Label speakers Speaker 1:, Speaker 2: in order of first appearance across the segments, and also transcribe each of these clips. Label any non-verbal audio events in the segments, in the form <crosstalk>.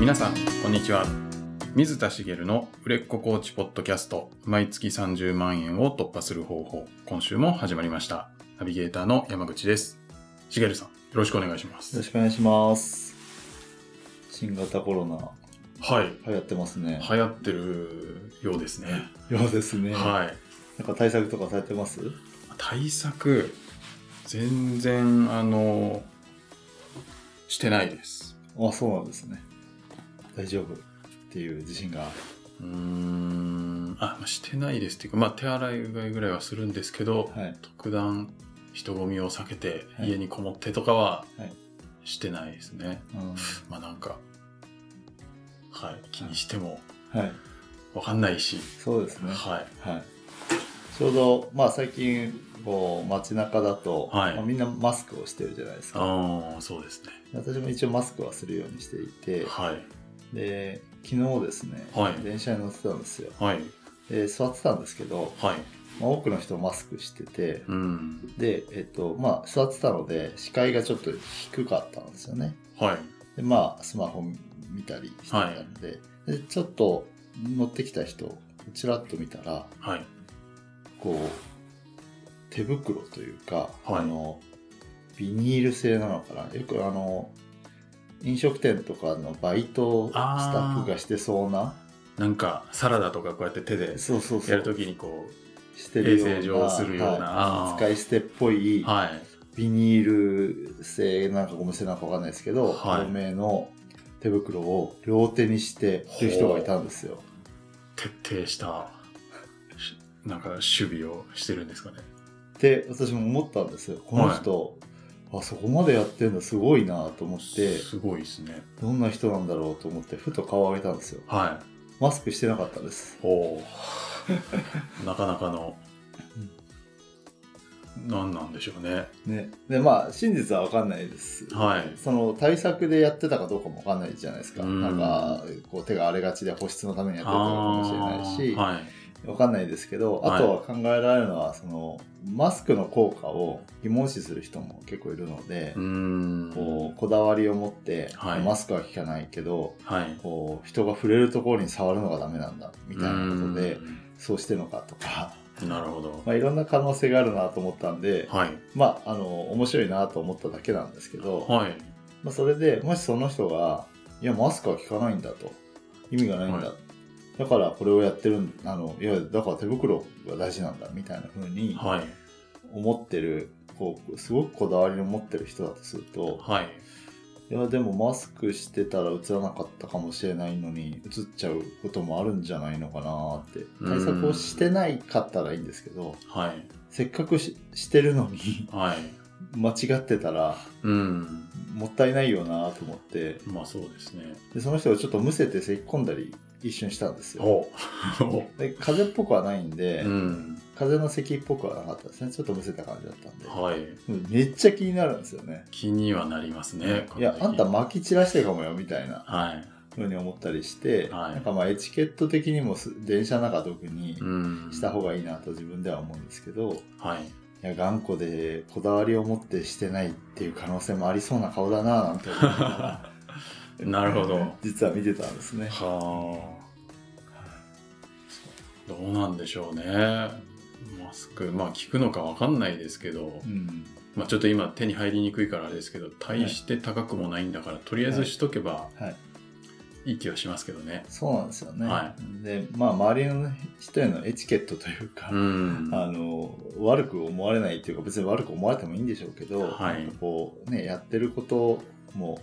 Speaker 1: 皆さん、こんにちは。水田茂の売れっ子コーチポッドキャスト、毎月30万円を突破する方法、今週も始まりました。ナビゲーターの山口です。茂さん、よろしくお願いしま
Speaker 2: よろ
Speaker 1: す。
Speaker 2: しくお願いします。新型コロナ、
Speaker 1: はい。
Speaker 2: 流行ってますね。
Speaker 1: 流行ってるようですね。
Speaker 2: い。ようですね。
Speaker 1: はい。
Speaker 2: なんか対策とかされてます
Speaker 1: 対策、全然、あの、してないです。
Speaker 2: あ、そうなんですね。大丈夫っていう自信が。
Speaker 1: うーん、あ、まあしてないですっていうか、まあ手洗いうがいぐらいはするんですけど、
Speaker 2: はい。
Speaker 1: 特段人混みを避けて
Speaker 2: はい
Speaker 1: 家にこもってとかは
Speaker 2: はい
Speaker 1: してないですね、
Speaker 2: うん。
Speaker 1: まあなんかはい気にしても
Speaker 2: はい。
Speaker 1: 分かんないし、
Speaker 2: そうですね。
Speaker 1: はい
Speaker 2: はい。ちょうど、まあ最近、こう、街中だと、
Speaker 1: はい
Speaker 2: まあみんなマスクをしてるじゃないですか。
Speaker 1: ああそうですね
Speaker 2: 私も一応マスクはするようにしていて、
Speaker 1: はい
Speaker 2: で、昨日ですね、
Speaker 1: はい
Speaker 2: 電車に乗ってたんですよ。
Speaker 1: はい
Speaker 2: で、座ってたんですけど、
Speaker 1: はい
Speaker 2: まあ、多くの人マスクしてて、
Speaker 1: うん
Speaker 2: で、えっと、まあ、座ってたので、視界がちょっと低かったんですよね。
Speaker 1: はい
Speaker 2: で、まあ、スマホ見たりしてたんで、で、ちょっと乗ってきた人をちらっと見たら、
Speaker 1: はい
Speaker 2: こう、手袋というか、
Speaker 1: はい
Speaker 2: あの、ビニール製なのかな。よくあの、飲食店とかのバイトスタ
Speaker 1: あー
Speaker 2: ッフがしてそうな、
Speaker 1: なんかサラダとかこうやって手で
Speaker 2: そうそうそう。
Speaker 1: やるときにこ
Speaker 2: してるような
Speaker 1: 衛生上するような
Speaker 2: は
Speaker 1: あー
Speaker 2: い使い捨てっぽい、
Speaker 1: うはい
Speaker 2: ビニール製なんかゴム製なんかわかんないですけど、
Speaker 1: はい
Speaker 2: 透明の手袋を両手にしてる人がいたんですよ。
Speaker 1: 徹底したしなんか守備をしてるんですかね
Speaker 2: で私も思ったんですよこの人、あそこまでやってるのすごいなと思って
Speaker 1: すごいですね
Speaker 2: どんな人なんだろうと思ってふと顔を上げたんですよ
Speaker 1: はい
Speaker 2: マスクしてなかったんです
Speaker 1: おおなかなかの何なんでしょうね
Speaker 2: ねでまあ真実はわかんないです
Speaker 1: はい
Speaker 2: その対策でやってたかどうかもわかんないじゃないですか、
Speaker 1: うん
Speaker 2: なんかこう手が荒れがちで保湿のためにやってたのかもしれないし、
Speaker 1: あーはい
Speaker 2: わかんないですけど、
Speaker 1: はい
Speaker 2: あとは考えられるのはそのマスクの効果を疑問視する人も結構いるので、
Speaker 1: うーん
Speaker 2: こうこだわりを持って、
Speaker 1: はい
Speaker 2: マスクは効かないけど
Speaker 1: はい
Speaker 2: こう人が触れるところに触るのがダメなんだみたいなことで、
Speaker 1: う
Speaker 2: そうしてるのかとか、 <laughs>
Speaker 1: ーんなるほど
Speaker 2: まあ、いろんな可能性があるなと思ったんで、
Speaker 1: はい
Speaker 2: まああの面白いなと思っただけなんですけど、
Speaker 1: はい
Speaker 2: まあ、それでもしその人が「いやマスクは効かないんだ」と「意味がないんだ」
Speaker 1: は
Speaker 2: だからこれをやってるんあのいやだから手袋が大事なんだみたいな風に
Speaker 1: はい
Speaker 2: 思ってるこうすごくこだわりを持ってる人だとすると
Speaker 1: はい
Speaker 2: いやでもマスクしてたら映らなかったかもしれないのに映っちゃうこともあるんじゃないのかなって対策をしてないかったらいいんですけど
Speaker 1: はい
Speaker 2: せっかくししてるのに <laughs>
Speaker 1: はい
Speaker 2: 間違ってたら
Speaker 1: うん
Speaker 2: もったいないよなと思って
Speaker 1: まあそうですね
Speaker 2: でその人をちょっとむせて咳き込んだり一瞬したんですよ
Speaker 1: おお
Speaker 2: で風邪っぽくはないんで、
Speaker 1: うん
Speaker 2: 風邪の咳っぽくはなかったですねちょっとむせた感じだったんで、
Speaker 1: はい
Speaker 2: めっちゃ気になるんですよね
Speaker 1: 気にはなりますね
Speaker 2: いや
Speaker 1: こ
Speaker 2: あ
Speaker 1: の
Speaker 2: ん
Speaker 1: 時
Speaker 2: た巻き散らしてるかもよみたいな
Speaker 1: はい
Speaker 2: ふうに思ったりして、
Speaker 1: はい
Speaker 2: なんかまあエチケット的にもす電車の中特に
Speaker 1: うん
Speaker 2: した方がいいなと自分では思うんですけど、い
Speaker 1: はい
Speaker 2: や頑固でこだわりを持ってしてないっていう可能性もありそうな顔だななんて思いながら
Speaker 1: <laughs> なるほど
Speaker 2: 実は見てたんですね
Speaker 1: はあどうなんでしょうねマスクまあ効くのかわかんないですけど
Speaker 2: う、ん
Speaker 1: まあ、ちょっと今手に入りにくいからあれですけど大して高くもないんだから、とりあえずしとけば
Speaker 2: はい
Speaker 1: いい気はしますけどね、
Speaker 2: そうなんですよね。
Speaker 1: は
Speaker 2: で、まあ、周りの人へのエチケットというか、
Speaker 1: うん
Speaker 2: あの、悪く思われないというか、別に悪く思われてもいいんでしょうけど、
Speaker 1: はい
Speaker 2: なんかこう、ね、やってることも、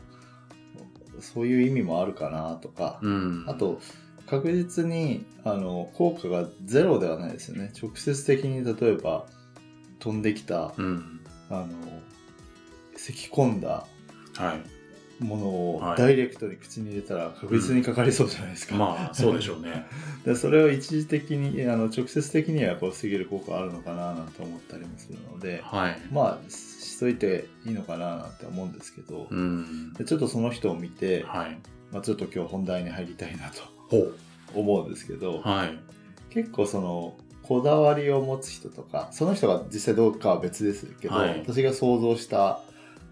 Speaker 2: そういう意味もあるかなとか、
Speaker 1: うん
Speaker 2: あと、確実に、あの、効果がゼロではないですよね。直接的に、例えば、飛んできた、
Speaker 1: うん
Speaker 2: あの、咳き込んだ
Speaker 1: はい
Speaker 2: ものを
Speaker 1: はい
Speaker 2: ダイレクトに口に入れたら確実にかかりそうじゃないですか。
Speaker 1: まあそうでしょう
Speaker 2: <laughs>
Speaker 1: ね
Speaker 2: でそれを一時的にあの直接的にはやっぱ防げる効果あるのかななんて思ったりもするので
Speaker 1: はい
Speaker 2: まあしといていいのかななんて思うんですけど、
Speaker 1: うん
Speaker 2: でちょっとその人を見て、
Speaker 1: はい
Speaker 2: まあ、ちょっと今日本題に入りたいなと <laughs>
Speaker 1: ほう
Speaker 2: 思うんですけど、
Speaker 1: はい
Speaker 2: 結構そのこだわりを持つ人とかその人が実際どうかは別ですけど、
Speaker 1: はい
Speaker 2: 私が想像した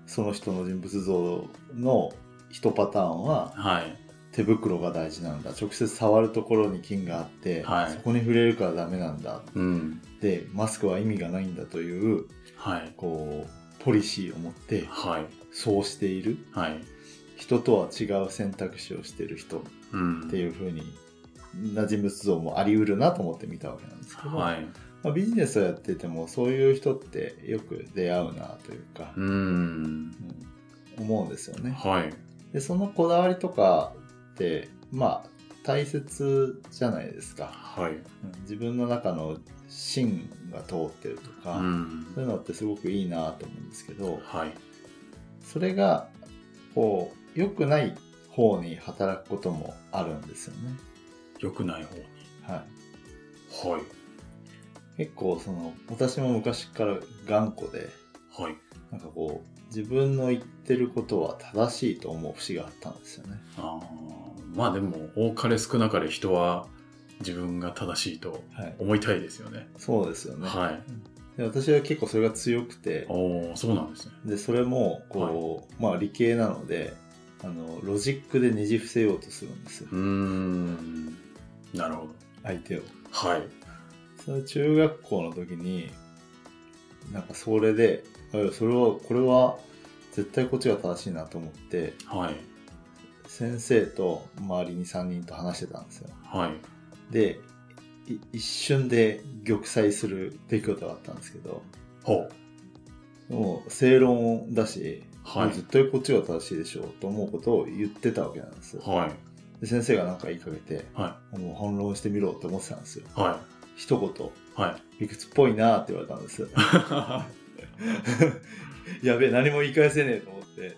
Speaker 2: その人の人物像の一パターンは
Speaker 1: はい
Speaker 2: 手袋が大事なんだ直接触るところに菌があって、
Speaker 1: はい
Speaker 2: そこに触れるからダメなんだ
Speaker 1: うん。
Speaker 2: でマスクは意味がないんだという
Speaker 1: はい。
Speaker 2: こうポリシーを持って
Speaker 1: はい。
Speaker 2: そうしている
Speaker 1: はい。
Speaker 2: 人とは違う選択肢をしてる人っ
Speaker 1: うん。
Speaker 2: ていうふうにな人物像もありうるなと思って見たわけなんですけど、
Speaker 1: はい。
Speaker 2: まあ、ビジネスをやっててもそういう人ってよく出会うなというか、
Speaker 1: うん。
Speaker 2: うん思うんですよね。
Speaker 1: はい。
Speaker 2: でそのこだわりとかってまあ大切じゃないですか、
Speaker 1: はい。
Speaker 2: うん自分の中の芯が通ってるとか、
Speaker 1: うん
Speaker 2: そういうのってすごくいいなと思うんですけど
Speaker 1: はい。
Speaker 2: それがこう良くない方に働くこともあるんですよね。
Speaker 1: 良くない方に。
Speaker 2: はい
Speaker 1: はい。
Speaker 2: 結構その私も昔から頑固で
Speaker 1: はい。
Speaker 2: なんかこう自分の言ってることは正しいと思う節があったんですよね。
Speaker 1: あーまあでも、多かれ少なかれ人は自分が正しいと
Speaker 2: はい、
Speaker 1: 思いたいですよね。
Speaker 2: そうですよね、
Speaker 1: はい。
Speaker 2: で私は結構それが強くて
Speaker 1: おおそうなんですね。
Speaker 2: でそれもこう、まあ理系なのであのロジックでねじ伏せようとするんですよ、
Speaker 1: うーん。なるほど。
Speaker 2: 相手を。
Speaker 1: はい。
Speaker 2: それ中学校の時になんかそれであいやそれはこれは絶対こっちが正しいなと思って
Speaker 1: はい。
Speaker 2: 先生と周りに3人と話してたんですよ
Speaker 1: はい。
Speaker 2: でい一瞬で玉砕する出来事があったんですけど
Speaker 1: ほう。
Speaker 2: もう正論だし、
Speaker 1: はい
Speaker 2: もう絶対こっちが正しいでしょうと思うことを言ってたわけなんですよ
Speaker 1: はい。
Speaker 2: で先生が何か言いかけて
Speaker 1: は
Speaker 2: もう反論してみろって思ってたんですよ
Speaker 1: い。は
Speaker 2: 一言
Speaker 1: い。はい。
Speaker 2: 理屈っぽいなって言われたんですよ <laughs> やべえ何も言い返せねえと思って、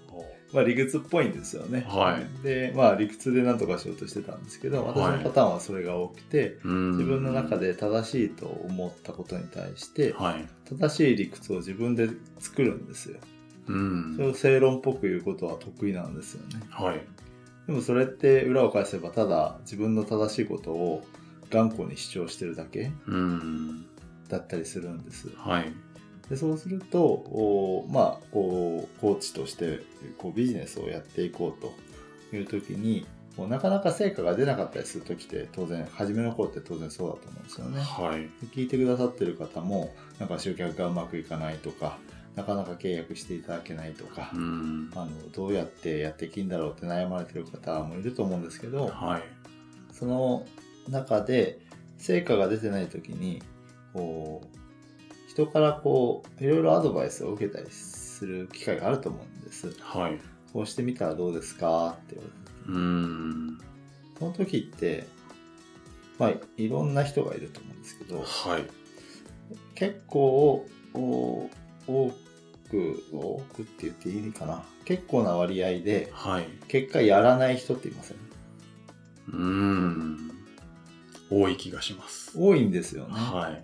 Speaker 2: まあ、理屈っぽいんですよね、
Speaker 1: は
Speaker 2: でまあ理屈で何とかしようとしてたんですけど私
Speaker 1: は
Speaker 2: の
Speaker 1: い
Speaker 2: パターンはそれが多くて、
Speaker 1: 自
Speaker 2: 自分の中。で正しいと思ったことに対して
Speaker 1: はい。
Speaker 2: 正しい理屈を自分で作るんですよ
Speaker 1: う
Speaker 2: それ
Speaker 1: ん。
Speaker 2: を正論っぽく言うことは得意なんですよね
Speaker 1: はい。
Speaker 2: でもそれって裏を返せばただ自分の正しいことを頑固に主張してるだけ
Speaker 1: うん。
Speaker 2: だったりするんです
Speaker 1: はい。
Speaker 2: でそうするとおーまあこうコーチとしてこうビジネスをやっていこうという時にこうなかなか成果が出なかったりする時って当然初めの頃って当然そうだと思うんですよね。
Speaker 1: はい。
Speaker 2: で聞いてくださってる方もなんか集客がうまくいかないとかなかなか契約していただけないとか、
Speaker 1: うん。
Speaker 2: あのどうやってやっていきんだろうって悩まれてる方もいると思うんですけど
Speaker 1: はい。
Speaker 2: その中で成果が出てない時にこう人からこういろいろアドバイスを受けたりする機会があると思うんです。
Speaker 1: はい。
Speaker 2: こうしてみたらどうですかって言われて
Speaker 1: うん。
Speaker 2: その時ってまあいろんな人がいると思うんですけど
Speaker 1: はい。
Speaker 2: 結構お多く多くって言っていいかな結構な割合で
Speaker 1: はい。
Speaker 2: 結果やらない人っていません
Speaker 1: うん。多い気がします。
Speaker 2: 多いんですよね。
Speaker 1: はい。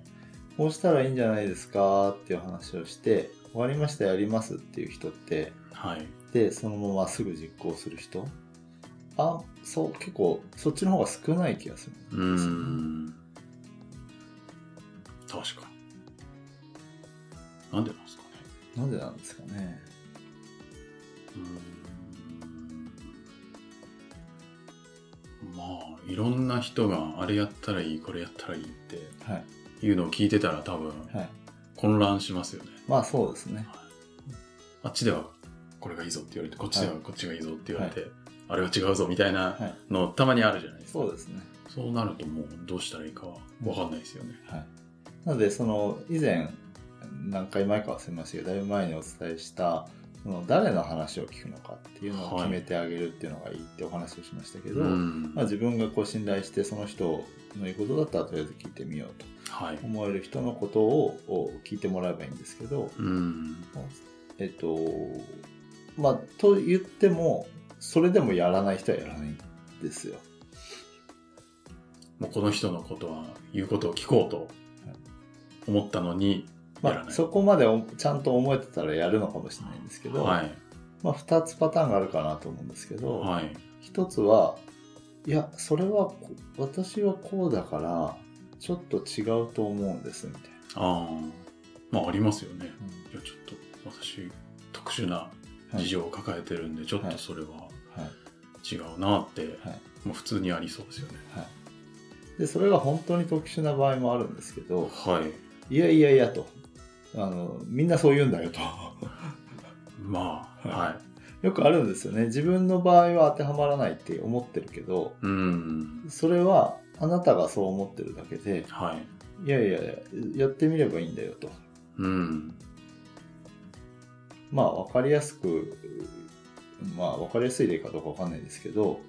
Speaker 2: こうしたらいいんじゃないですかっていう話をして「終わりましたやります」っていう人って
Speaker 1: はい。
Speaker 2: でそのまますぐ実行する人あそう結構そっちの方が少ない気がする
Speaker 1: う、ん。確かに。なんでなんですかね。
Speaker 2: なんでなんですかね
Speaker 1: まあいろんな人があれやったらいいこれやったらいいって
Speaker 2: はい
Speaker 1: いうのを聞いてたら多分
Speaker 2: はい
Speaker 1: 混乱しますよね、
Speaker 2: まあそうですね
Speaker 1: あっちではこれがいいぞって言われてこっちではこっちがいいぞって言われて、あれは違うぞみたいな
Speaker 2: はい
Speaker 1: のたまにあるじゃないですか、
Speaker 2: そうですね
Speaker 1: そうなるともうどうしたらいいかは分かんないですよね
Speaker 2: はいなのでその以前何回前か忘れましたけどだいぶ前にお伝えしたその誰の話を聞くのかっていうのを決めてあげるっていうのがいいってお話をしましたけど、
Speaker 1: ん
Speaker 2: まあ、自分がこう信頼してその人の言うことだったらとりあえず聞いてみようと
Speaker 1: はい
Speaker 2: 思える人のことをを聞いてもらえばいいんですけど、
Speaker 1: うん
Speaker 2: えっとまあと言ってもそれでもやらない人はやらないんですよ。
Speaker 1: もうこの人のことは言うことを聞こうと思ったのにやら
Speaker 2: ま
Speaker 1: な
Speaker 2: あ、
Speaker 1: い
Speaker 2: そこまでおちゃんと思えてたらやるのかもしれないんですけど、
Speaker 1: はい
Speaker 2: まあ、2つパターンがあるかなと思うんですけど、
Speaker 1: はい
Speaker 2: 1つはいやそれはこ私はこうだからちょっと違うと思うんですみたいな。
Speaker 1: ああまあありますよねいやちょっと私特殊な
Speaker 2: はい
Speaker 1: 事情を抱えてるんで、ちょっ
Speaker 2: は
Speaker 1: と
Speaker 2: い
Speaker 1: それは
Speaker 2: はい
Speaker 1: 違うなって、
Speaker 2: はい
Speaker 1: もう普通にありそうですよね。
Speaker 2: でそれが本当に特殊な場合もあるんですけど
Speaker 1: はい。
Speaker 2: いやいやいやとあのみんなそう言うんだよと
Speaker 1: まあ、
Speaker 2: は
Speaker 1: はいい。
Speaker 2: よくあるんですよね自分の場合は当てはまらないって思ってるけど
Speaker 1: うん。
Speaker 2: それはあなたがそう思ってるだけで
Speaker 1: はい。
Speaker 2: いやいやいややってみればいいんだよと
Speaker 1: うん。
Speaker 2: まあ分かりやすくまあ分かりやすい例かどうか分かんないですけど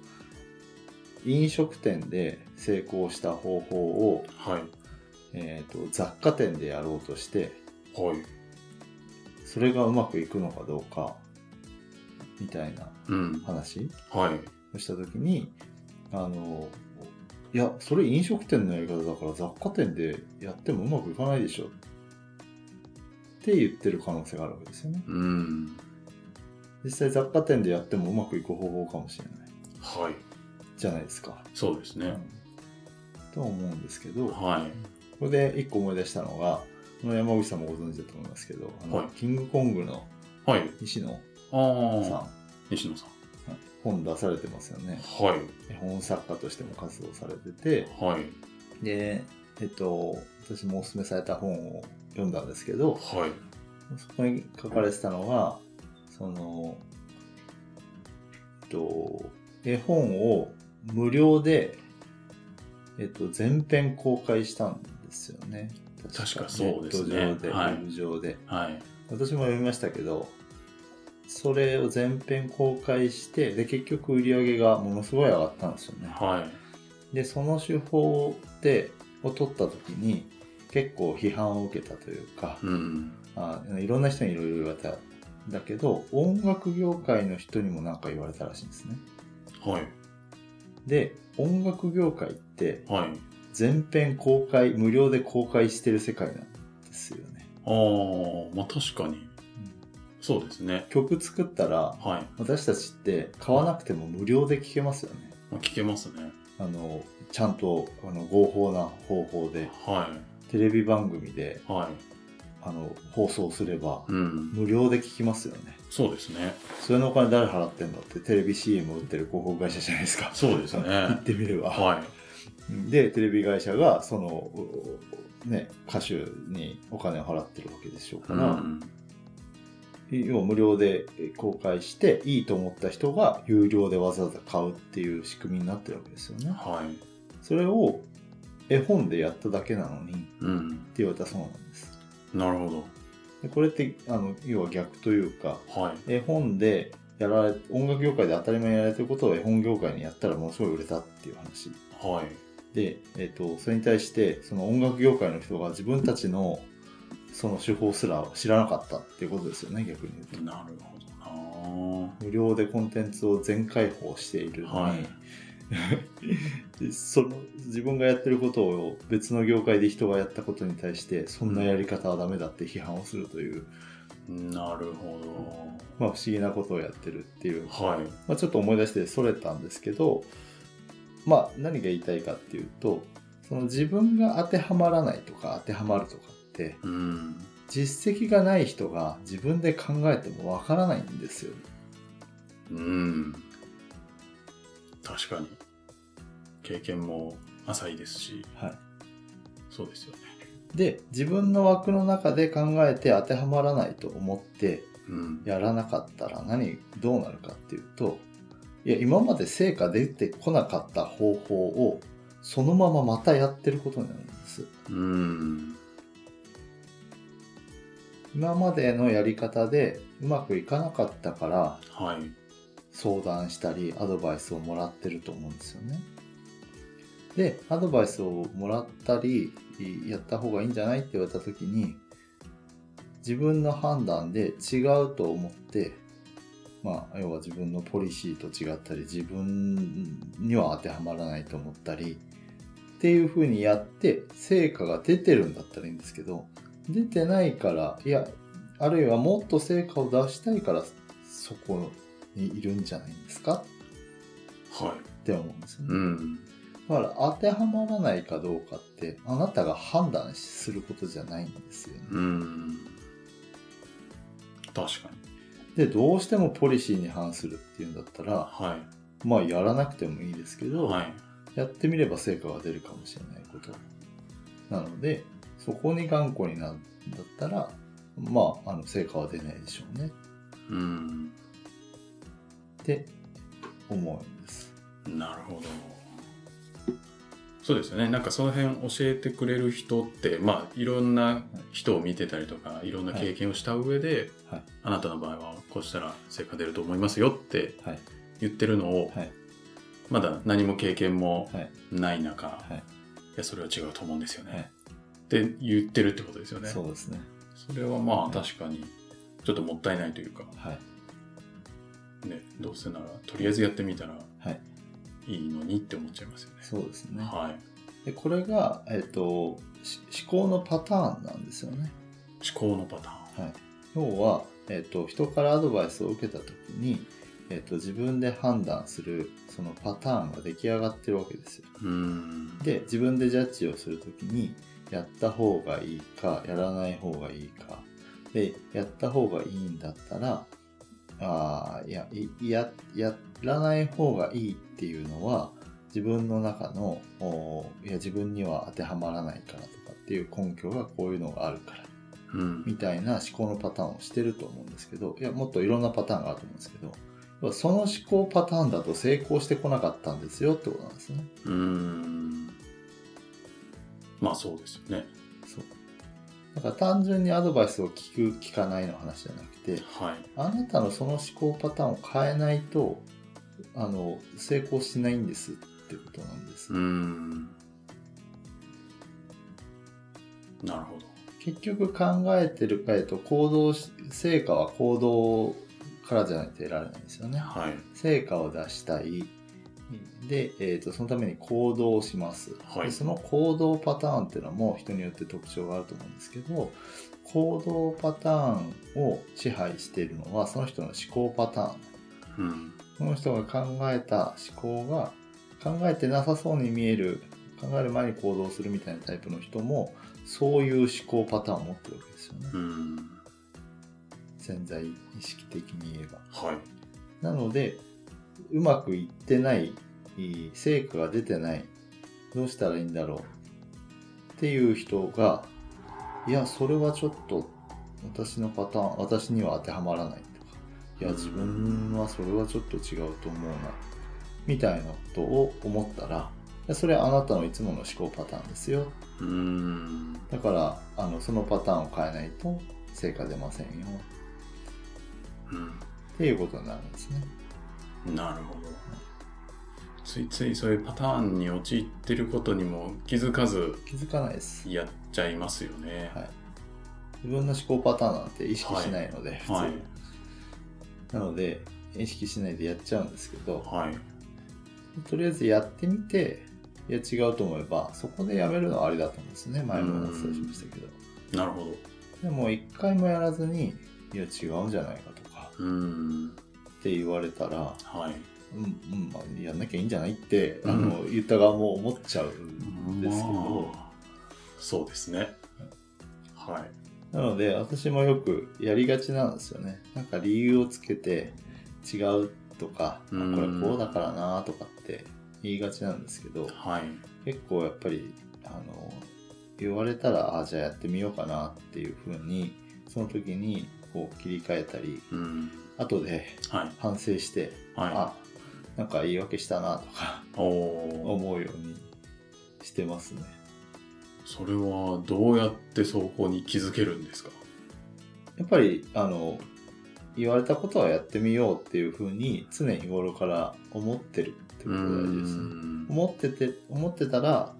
Speaker 2: 飲食店で成功した方法を、
Speaker 1: はい。
Speaker 2: えー、と雑貨店でやろうとして
Speaker 1: はい。
Speaker 2: それがうまくいくのかどうかみたいな
Speaker 1: うん。
Speaker 2: 話
Speaker 1: はい。
Speaker 2: をした時にあのいやそれ飲食店のやり方だから雑貨店でやってもうまくいかないでしょって言ってる可能性があるわけですよね
Speaker 1: うん。
Speaker 2: 実際雑貨店でやってもうまくいく方法かもしれない
Speaker 1: はい。
Speaker 2: じゃないですか、
Speaker 1: そうです
Speaker 2: う
Speaker 1: ね。
Speaker 2: んとは思うんですけどこ
Speaker 1: はい。
Speaker 2: こで一個思い出したのがこの山口さんもご存知だと思いますけどあの、
Speaker 1: はい
Speaker 2: キングコングの
Speaker 1: はい。
Speaker 2: 西野さ
Speaker 1: ああ。
Speaker 2: ん
Speaker 1: 西野さん。
Speaker 2: 本出されてますよね
Speaker 1: はい。
Speaker 2: 絵本作家としても活動されてて
Speaker 1: はい。
Speaker 2: でえっと私もおすすめされた本を読んだんですけど
Speaker 1: はい。
Speaker 2: そこに書かれてたのがそのえっと絵本を無料で、えっと、全編公開したんですよね
Speaker 1: 確かそうですね
Speaker 2: ネット上で、
Speaker 1: はい
Speaker 2: ウェブ上で
Speaker 1: はい。
Speaker 2: 私も読みましたけどそれを全編公開してで結局売り上げがものすごい上がったんですよね
Speaker 1: はい。
Speaker 2: でその手法でを取った時に結構批判を受けたというか、
Speaker 1: うん。
Speaker 2: あいろんな人にいろいろ言われたんだけど音楽業界の人にも何か言われたらしいんですね
Speaker 1: はい。
Speaker 2: で音楽業界って
Speaker 1: はい。
Speaker 2: 全編公開無料で公開してる世界なんですよね、
Speaker 1: ああ、まあ確かに。
Speaker 2: うん
Speaker 1: そうですね。
Speaker 2: 曲作ったら
Speaker 1: はい。
Speaker 2: 私たちって買わなくても無料で聴けますよね
Speaker 1: まあ、聞けますね。
Speaker 2: あのちゃんとあの合法な方法で
Speaker 1: は
Speaker 2: テレビ番組で
Speaker 1: い。は
Speaker 2: あの放送すれば
Speaker 1: い。うん。
Speaker 2: 無料で聞きますよね
Speaker 1: そうですね。
Speaker 2: それのお金誰払ってんのってテレビ CM を売ってる広告会社じゃないですか
Speaker 1: そうですね
Speaker 2: 言ってみれ
Speaker 1: <laughs>
Speaker 2: ば、
Speaker 1: は
Speaker 2: でテレビ会社がそのおね歌手にお金を払ってるわけでしょう
Speaker 1: い。
Speaker 2: か
Speaker 1: う
Speaker 2: ら、
Speaker 1: ん。
Speaker 2: 要は無料で公開していいと思った人が有料でわざわざ買うっていう仕組みになってるわけですよね
Speaker 1: はい。
Speaker 2: それを絵本でやっただけなのにって
Speaker 1: うん。
Speaker 2: 言われたそうなんです
Speaker 1: なるほ
Speaker 2: でこれってあの要は逆というか
Speaker 1: ど。はい。
Speaker 2: 絵本でやられ音楽業界で当たり前にやられてることを絵本業界にやったらものすごい売れたっていう話
Speaker 1: はい。
Speaker 2: で、えっとそれに対してその音楽業界の人が自分たちのその手法すら知らなかったっていうことですよね逆に言うと
Speaker 1: なるほ
Speaker 2: 無料でコンテンツを全開放している
Speaker 1: どな。
Speaker 2: の
Speaker 1: は
Speaker 2: に、
Speaker 1: い。
Speaker 2: でその自分がやってることを別の業界で人がやったことに対してそんなやり方はダメだって批判をするという、
Speaker 1: なるほ
Speaker 2: まあ、不思議なことをやってるっていう
Speaker 1: ど。はい。
Speaker 2: まあ、ちょっと思い出してそれたんですけど、まあ、何が言いたいかっていうとその自分が当てはまらないとか当てはまるとかって
Speaker 1: うん。
Speaker 2: 実績がない人が自分で考えてもわからないんですよ。
Speaker 1: うん。確かに。経験も浅いですし、
Speaker 2: は
Speaker 1: そうですよね。
Speaker 2: い、で自分の枠の中で考えて当てはまらないと思って
Speaker 1: うん。
Speaker 2: やらなかったら何どうなるかっていうといや今まで成果出てこなかった方法をそのまままたやってることになるんです。
Speaker 1: うん。
Speaker 2: 今までのやり方でうまくいかなかったから
Speaker 1: はい。
Speaker 2: 相談したりアドバイスをもらってると思うんですよね。でアドバイスをもらったりやった方がいいんじゃないって言われた時に自分の判断で違うと思ってまあ要は自分のポリシーと違ったり自分には当てはまらないと思ったりっていうふうにやって成果が出てるんだったらいいんですけど出てないからいやあるいはもっと成果を出したいからそこにいるんじゃないんですか
Speaker 1: は
Speaker 2: って思うんですよ
Speaker 1: い。
Speaker 2: ね。
Speaker 1: うん。
Speaker 2: だから当てはまらないかどうかってあなたが判断することじゃないんですよね。
Speaker 1: うん。確かに。
Speaker 2: でどうしてもポリシーに反するっていうんだったら
Speaker 1: はい。
Speaker 2: まあやらなくてもいいですけど、
Speaker 1: はい。
Speaker 2: やってみれば成果が出るかもしれないことなのでそこに頑固になるんだったらまああの成果は出ないでしょうね
Speaker 1: うん。
Speaker 2: って思うんです。
Speaker 1: なるほど。そうですよね。なんかその辺教えてくれる人って、まあいろんな人を見てたりとか、いろんな経験をした上で、
Speaker 2: はい
Speaker 1: あなたの場合はこうしたら成果出ると思いますよって
Speaker 2: はい
Speaker 1: 言ってるのを、
Speaker 2: はい
Speaker 1: まだ何も経験も
Speaker 2: はい
Speaker 1: ない中、
Speaker 2: はい
Speaker 1: い、やそれは違うと思うんですよね、
Speaker 2: はい
Speaker 1: って言ってるってことですよね。
Speaker 2: そうですね。
Speaker 1: それはま
Speaker 2: はい
Speaker 1: あ確かにちょっともったいないというか、
Speaker 2: はい
Speaker 1: ね、どうせならとりあえずやってみたら
Speaker 2: はい
Speaker 1: いいのにって思っちゃいますよね。
Speaker 2: そうですね。
Speaker 1: はい、
Speaker 2: でこれがえっ、とし思考のパターンなんですよね。
Speaker 1: 思考のパターン。
Speaker 2: 要は、えっと人からアドバイスを受けた時に、えっと自分で判断するそのパターンが出来上がってるわけですよ。
Speaker 1: うーん
Speaker 2: で自分でジャッジをする時にやった方がいいかやらない方がいいかでやった方がいいんだったらあーいやいややらない方がいいっていうのは自分の中のおーいや自分には当てはまらないからとかっていう根拠がこういうのがあるから
Speaker 1: うん
Speaker 2: みたいな思考のパターンをしてると思うんですけどいやもっといろんなパターンがあると思うんですけど要はその思考パターンだと成功してこなかったんですよってことなんですね。
Speaker 1: うーんまあそうですよね。
Speaker 2: そう。だから単純にアドバイスを聞く、聞かないの話じゃなくて、
Speaker 1: はい。
Speaker 2: あなたのその思考パターンを変えないと、あの、成功しないんですってことなんです。
Speaker 1: うーんなるほど。
Speaker 2: 結局考えてるかえと行動し、成果は行動からじゃないと得られないんですよね。
Speaker 1: はい。
Speaker 2: 成果を出したい。で、えー、とそのために行動をします、
Speaker 1: はい
Speaker 2: でその行動パターンっていうのも人によって特徴があると思うんですけど行動パターンを支配しているのはその人の思考パター
Speaker 1: う
Speaker 2: ン
Speaker 1: ん。
Speaker 2: その人が考えた思考が考えてなさそうに見える考える前に行動するみたいなタイプの人もそういう思考パターンを持ってるわけですよね
Speaker 1: うん。
Speaker 2: 潜在意識的に言えば
Speaker 1: はい。
Speaker 2: なので、うまくいってない、えー成果が出てない、どうしたらいいんだろうっていう人が、いや、それはちょっと私のパターン、私には当てはまらないとか、いや、自分はそれはちょっと違うと思うな、みたいなことを思ったら、いやそれはあなたのいつもの思考パターンですよ。
Speaker 1: うーん。
Speaker 2: だから、あのそのパターンを変えないと成果出ませんよ。っていうことになるんですね。
Speaker 1: うん。なるほど。ついついそういうパターンに陥ってることにも気づかず
Speaker 2: 気づかないです。
Speaker 1: やっちゃいますよね。
Speaker 2: はい自分の思考パターンなんて意識しないので、普通、
Speaker 1: はい。
Speaker 2: なので意識しないでやっちゃうんですけど
Speaker 1: はい。
Speaker 2: とりあえずやってみていや違うと思えばそこでやめるのはあれだと思うんですね前もお伝えしましたけど
Speaker 1: なるほど。
Speaker 2: でも一回もやらずにいや違うんじゃないかとか
Speaker 1: うーん。
Speaker 2: って言われたら
Speaker 1: はい。
Speaker 2: うんうん、まあ、やんなきゃいいんじゃないって、
Speaker 1: うん
Speaker 2: あの言った側も思っちゃうんですけど、
Speaker 1: まあそうですねはい
Speaker 2: なので私もよくやりがちなんですよね。なんか理由をつけて違うとか、あ
Speaker 1: うん
Speaker 2: これこうだからなとかって言いがちなんですけど、
Speaker 1: はい
Speaker 2: 結構やっぱりあの言われたらあじゃあやってみようかなっていう風にその時にこう切り替えたり、
Speaker 1: うん
Speaker 2: 後で
Speaker 1: はい
Speaker 2: 反省して、
Speaker 1: は
Speaker 2: あなんか言い訳したなとか
Speaker 1: いおおー
Speaker 2: 思うようにしてますね。
Speaker 1: それはどうやってそこに気づけるんですか
Speaker 2: やっぱりあの言われたことはやってみようっていうふうに常日頃から思ってるってことが大事ですね。
Speaker 1: ん
Speaker 2: 思ってて思ってたら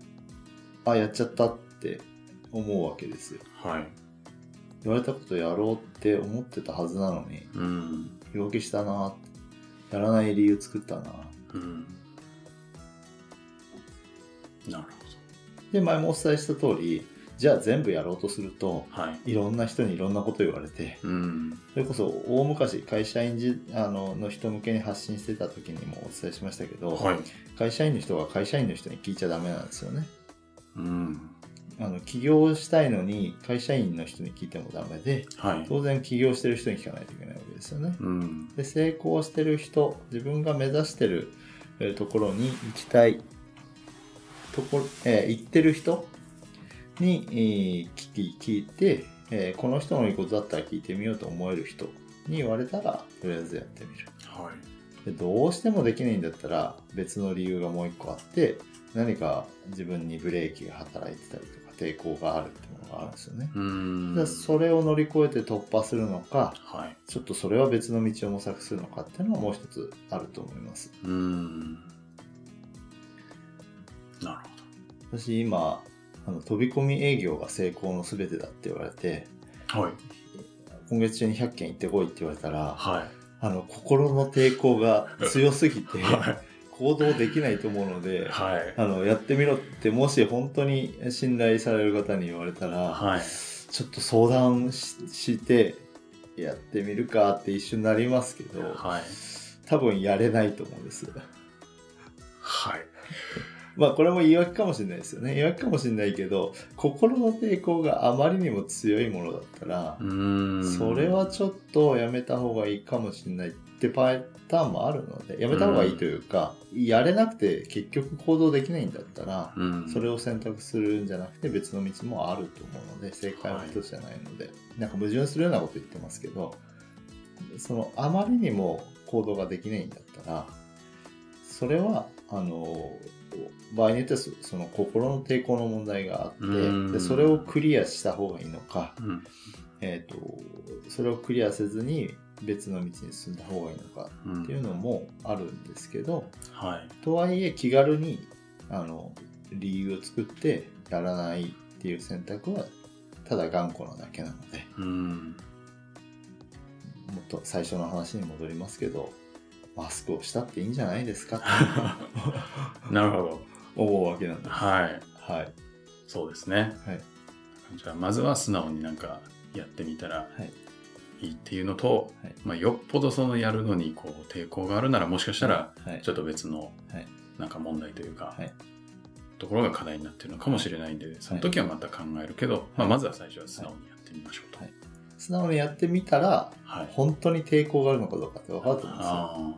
Speaker 2: あやっちゃったって思うわけですよ。
Speaker 1: はい
Speaker 2: 言われたことやろうって思ってたはずなのに
Speaker 1: うん
Speaker 2: 言い訳したなやらない理由作ったな
Speaker 1: うんなるほ
Speaker 2: で前もお伝えした通りじゃあ全部やろうとすると
Speaker 1: どはい
Speaker 2: いろんな人にいろんなこと言われて
Speaker 1: うん
Speaker 2: それこそ大昔会社員じあのの人向けに発信してた時にもお伝えしましたけど、
Speaker 1: はい
Speaker 2: 会社員の人が会社員の人に聞いちゃダメなんですよね。
Speaker 1: うん
Speaker 2: あの起業したいのに会社員の人に聞いてもダメで
Speaker 1: はい
Speaker 2: 当然起業してる人に聞かないといけないわけですよね。
Speaker 1: うん
Speaker 2: で成功してる人自分が目指してるえーところに行きたいところ、えー行ってる人に、えー聞き聞いて、えーこの人の言うことだったら聞いてみようと思える人に言われたらとりあえずやってみる
Speaker 1: はい。
Speaker 2: でどうしてもできないんだったら別の理由がもう一個あって何か自分にブレーキが働いてたりとか抵抗があるっていうのがあるんですよね、
Speaker 1: うーん。
Speaker 2: でそれを乗り越えて突破するのか
Speaker 1: はい。
Speaker 2: ちょっとそれは別の道を模索するのかっていうのはもう一つあると思います
Speaker 1: うーん。なる
Speaker 2: 私今あの飛び込み営業が成功の全てだって言われて
Speaker 1: ほど。はい。
Speaker 2: 今月中に100件行ってこいって言われたら
Speaker 1: は
Speaker 2: あの心の抵抗が強すぎて
Speaker 1: い。 <laughs> は
Speaker 2: 行動できないと思うの
Speaker 1: い。
Speaker 2: で
Speaker 1: はい。
Speaker 2: あのやってみろってもし本当に信頼される方に言われたら
Speaker 1: はい。
Speaker 2: ちょっと相談ししてやってみるかって一瞬なりますけど
Speaker 1: はい。
Speaker 2: 多分やれないと思うんです。
Speaker 1: はい。
Speaker 2: まあこれも言い訳かもしれないですよね。言い訳かもしれないけど、心の抵抗があまりにも強いものだったら
Speaker 1: う、ーん。
Speaker 2: それはちょっとやめた方がいいかもしれないってパターンもあるので、やめた方がいいというか、やれなくて結局行動できないんだったら、
Speaker 1: うん。
Speaker 2: それを選択するんじゃなくて別の道もあると思うので、正解は一つじゃないので、なんか矛盾するようなこと言ってますけど、そのあまりにも行動ができないんだったら、それは、あの、場合によってはそその心の抵抗の問題があっ
Speaker 1: う
Speaker 2: て、
Speaker 1: ん
Speaker 2: でそれをクリアした方がいいのか、
Speaker 1: うん。
Speaker 2: えーと、それをクリアせずに別の道に進んだ方がいいのか
Speaker 1: うん。
Speaker 2: っていうのもあるんですけど、
Speaker 1: はい。
Speaker 2: とはいえ気軽にあの理由を作ってやらないっていう選択はただ頑固なだけなので
Speaker 1: うーん。
Speaker 2: もっと最初の話に戻りますけどマスクをしたっていいんじゃないで
Speaker 1: <laughs>
Speaker 2: すかって
Speaker 1: なるほど。
Speaker 2: 思うわけなんです。
Speaker 1: はい。
Speaker 2: はい、
Speaker 1: そうですね。
Speaker 2: はい
Speaker 1: じゃあまずは素直になんかやってみたら
Speaker 2: はい
Speaker 1: いいっていうのと、
Speaker 2: はい
Speaker 1: まあ、よっぽどそのやるのにこう抵抗があるならもしかしたら
Speaker 2: はい
Speaker 1: ちょっと別の
Speaker 2: はい
Speaker 1: なんか問題というか、
Speaker 2: はい
Speaker 1: ところが課題になってるのかもしれないんでその時はまた考えるけど、まあ、まずは最初は素直にやってみましょうと。
Speaker 2: はい素直にやってみたら
Speaker 1: はい
Speaker 2: 本当に抵抗があるのかどうかって分かると思うんですよ。
Speaker 1: あー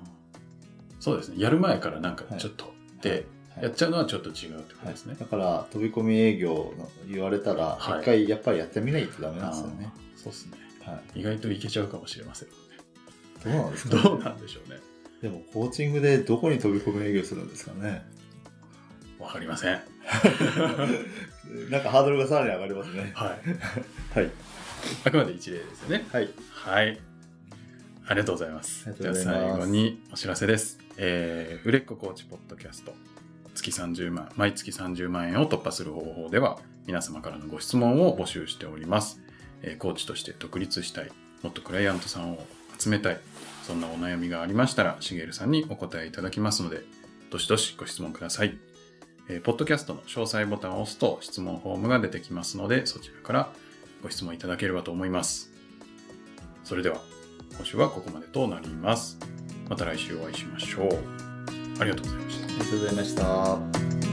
Speaker 1: そうですねやる前からなんかちょっと、で
Speaker 2: はい
Speaker 1: やっちゃうのはちょっと違うってことですね。
Speaker 2: だから飛び込み営業の言われたら
Speaker 1: はい
Speaker 2: 一回やっぱりやってみないとダメなん
Speaker 1: あ
Speaker 2: ですよ
Speaker 1: ー
Speaker 2: ね。
Speaker 1: そうですね
Speaker 2: はい、
Speaker 1: 意外といけちゃうかもしれませんね。
Speaker 2: どうなんですか、ね、
Speaker 1: <laughs> どうなんでしょうね。
Speaker 2: でもコーチングでどこに飛び込み営業するんですかね
Speaker 1: わかりません。
Speaker 2: なんかハードルがさらに上がりますね
Speaker 1: はい。
Speaker 2: はい。
Speaker 1: あくまで一例ですよね。
Speaker 2: はい
Speaker 1: はい。ありがとうございます。
Speaker 2: ありがとうございま
Speaker 1: じ
Speaker 2: す
Speaker 1: ゃあ最後にお知らせです。えー、売れっ子コーチポッドキャスト。月30万、毎月30万円を突破する方法では、皆様からのご質問を募集しております。えーコーチとして独立したい、もっとクライアントさんを集めたい、そんなお悩みがありましたら、しげるさんにお答えいただきますので、どしどしご質問ください。えーポッドキャストの詳細ボタンを押すと質問フォームが出てきますので、そちらからご質問いただければと思います。それでは、今週はここまでとなります。また来週お会いしましょう。ありがとうございました。
Speaker 2: ありがとうございました